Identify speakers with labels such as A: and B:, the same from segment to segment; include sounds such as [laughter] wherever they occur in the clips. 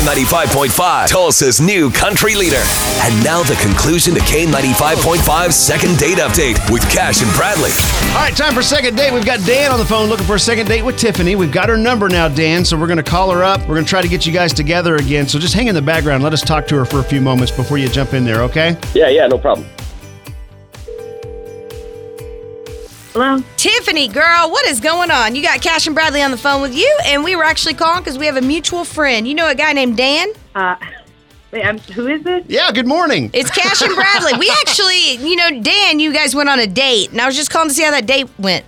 A: K95.5, Tulsa's new country leader. And now the conclusion to K95.5's second date update with Cash and Bradley.
B: All right, time for second date. We've got Dan on the phone looking for a second date with Tiffany. We've got her number now, Dan, so we're going to call her up. We're going to try to get you guys together again. So just hang in the background. Let us talk to her for a few moments before you jump in there, okay?
C: Yeah, yeah, no problem.
D: Hello?
E: Tiffany, girl, what is going on? You got Cash and Bradley on the phone with you, and we were actually calling because we have a mutual friend. You know a guy named Dan?
D: Uh, wait, I'm, who is this? [laughs]
B: Yeah, good morning.
E: It's Cash and Bradley. [laughs] We actually, you know, Dan, you guys went on a date, and I was just calling to see how that date went.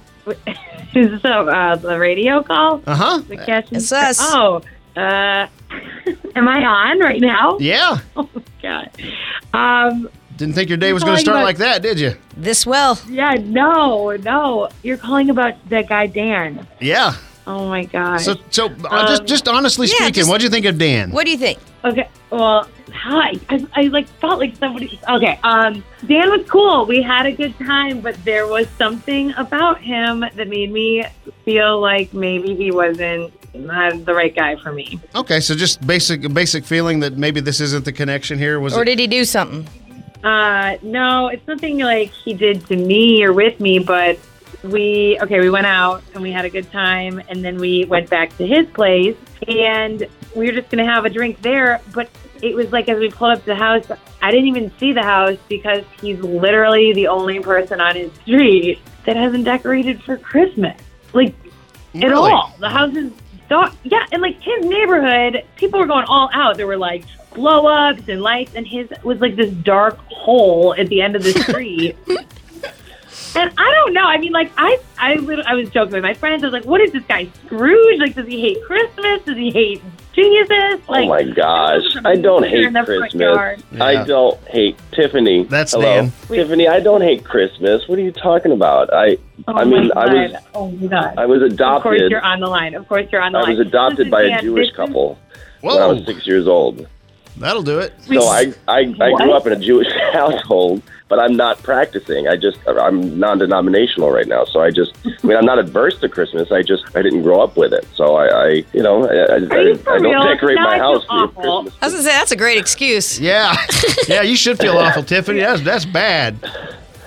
D: Is this a, uh, the radio call?
B: Uh huh.
D: The catch and-
E: It's us.
D: Oh, uh, [laughs] am I on right now?
B: Yeah.
D: [laughs] Oh, God. Um,
B: Didn't think your day was going to
D: calling
B: start
D: about-
B: like that, did you?
E: This well.
D: yeah, no, no. You're calling about that guy, Dan.
B: Yeah.
D: Oh, my God.
B: So, so uh, just,
D: Um,
B: just honestly
E: yeah,
B: speaking,
E: just-
B: what'd you think of Dan?
E: What do you think?
D: Okay. Well, hi. I, I like felt like somebody. Okay. Um, Dan was cool. We had a good time, but there was something about him that made me feel like maybe he wasn't uh, the right guy for me.
B: Okay, so just basic basic feeling that maybe this isn't the connection here was
E: Or
B: it?
E: did he do something?
D: Uh, no, it's nothing like he did to me or with me, but we okay. We went out and we had a good time, and then we went back to his place, and we were just gonna have a drink there, but. It was like as we pulled up to the house, I didn't even see the house because he's literally the only person on his street that hasn't decorated for Christmas. Like at
B: Really?
D: all. The houses, thought, yeah, and like his neighborhood, people were going all out. There were like blow ups and lights, and his was like this dark hole at the end of the street.
C: [laughs]
D: and I don't know. I mean, like I, I, lit- I was joking with my friends. I was like, "What is this guy Scrooge? Like, does he hate Christmas? Does he hate Jesus?" Like,
C: oh my gosh,
D: this is a
C: I don't
D: picture
C: hate
D: in the front
C: Christmas.
D: yard.
B: Yeah.
C: I don't hate Tiffany.
B: That's
C: Hello.
B: Dan.
C: Tiffany, I don't hate Christmas. What are you talking about? I
D: Oh
C: I mean,
D: my
C: I was-
D: God. Oh my god.
C: I was
D: of course,
C: adopted.
D: you're on the line. Of course, you're on the
C: I
D: line.
C: was adopted
D: This
C: by
D: is
C: a
D: Dan.
C: Jewish
D: This is-
C: couple when I
B: Whoa,
C: was six years old.
B: that'll do it.
C: So I I, I grew
D: What?
C: up in a Jewish [laughs] household, but I'm not practicing. I just I'm non-denominational right now. So I just I mean I'm not adverse to Christmas. I just I didn't grow up with it. So I, I you know I, I,
D: you
C: I,
D: for
C: I
D: real?
C: don't decorate
D: Now I
C: my
D: feel
C: house for
D: awful.
C: Christmas.
E: I was going to say, that's a great excuse.
B: Yeah, [laughs] yeah, you should feel awful, Tiffany. That's that's bad.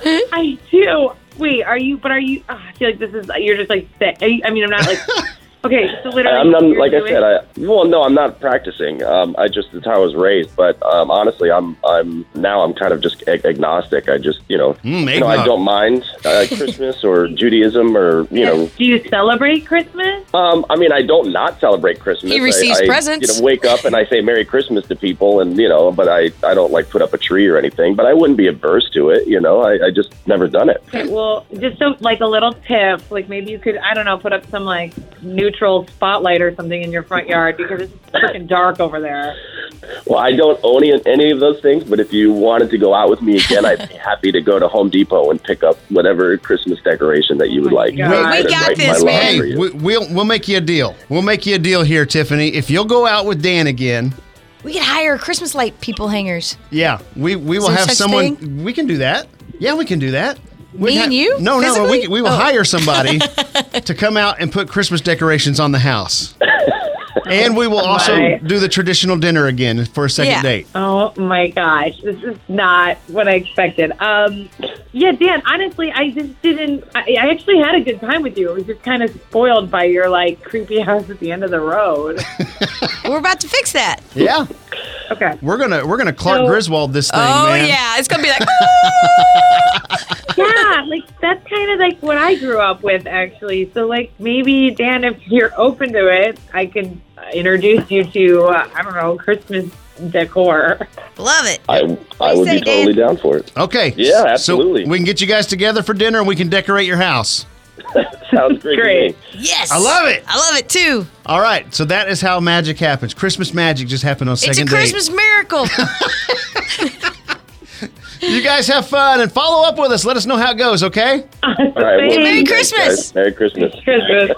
D: I do. Wait, are you? But are you? ugh, I feel like this is. You're just like sick. Are you, I mean, I'm not like.
C: [laughs]
D: okay, so literally,
C: I'm not,
D: you're
C: like I
D: doing-
C: said, I well, no, I'm not practicing. Um, I just that's how I was raised. But um, honestly, I'm I'm now I'm kind of just ag- agnostic. I just you know,
B: Mm,
C: you know, I
B: eggnog.
C: don't mind
E: [laughs]
C: uh, Christmas or Judaism or you know.
D: Do you celebrate Christmas?
C: Um, I mean, I don't not celebrate Christmas.
E: He receives
C: I, I,
E: presents.
C: You know, wake up and I say Merry Christmas to people, and you know, but I I don't like put up a tree or anything. But I wouldn't be adverse to it. You know, I, I just never done it.
D: Okay, well, just so like a little tip, like maybe you could, I don't know, put up some like neutral spotlight or something in your front yard because it's freaking dark over there.
C: Well, I don't own any, any of those things, but if you wanted to go out with me again,
D: [laughs]
C: I'd be happy to go to Home Depot and pick up whatever Christmas decoration that you would
D: Oh my
C: like.
D: God. We- we
C: Put it
E: got
C: right in
E: this,
C: my
E: man.
C: lawn
B: Hey,
C: for you.
B: we, we'll we'll make you a deal. We'll make you a deal here, Tiffany. If you'll go out with Dan again,
E: We could hire Christmas light people hangers.
B: yeah, we we will
E: there
B: have
E: such
B: someone. We can do that. Yeah, we can do that. We
E: Me
B: ha-
E: and you?
B: No, no, we,
E: Physically?
B: can- we will
E: Oh.
B: hire
E: [laughs]
B: somebody to come out and put Christmas decorations on the house, and we will also
D: Right.
B: do the traditional dinner again for a second
E: Yeah.
B: date.
D: Oh my gosh, this is not what I expected. Um, yeah, Dan, honestly, I just didn't. I, I actually had a good time with you. It was just kind of spoiled by your like creepy [laughs] house at the end of the road.
E: We're about to fix that.
B: Yeah,
D: Okay.
B: we're gonna we're gonna Clark
D: So-
B: Griswold this thing,
E: [laughs] oh,
B: man.
E: yeah. It's going to be [laughs] like, "Ah!"
D: Yeah, like that's kind of like what I grew up with, actually. So, like, maybe Dan, if you're open to it, I could uh, introduce you to uh, I don't know Christmas decor. [laughs]
E: love it.
C: I, I would
E: do you
C: be
E: say,
C: totally down for it.
B: Okay.
C: Yeah, absolutely.
B: So we can get you guys together for dinner and we can decorate your house.
C: Sounds great. to
D: Great.
C: me.
E: Yes.
B: I love it.
E: I love it too.
B: All right. So that is how magic happens. Christmas magic just happened on
E: It's a
B: second
E: Christmas miracle.
B: [laughs] date. You guys have fun and follow up with us. Let us know how it goes, okay?
C: All right, well,
D: Merry
C: thanks, guys.
E: Christmas.
C: Merry Christmas.
D: Christmas.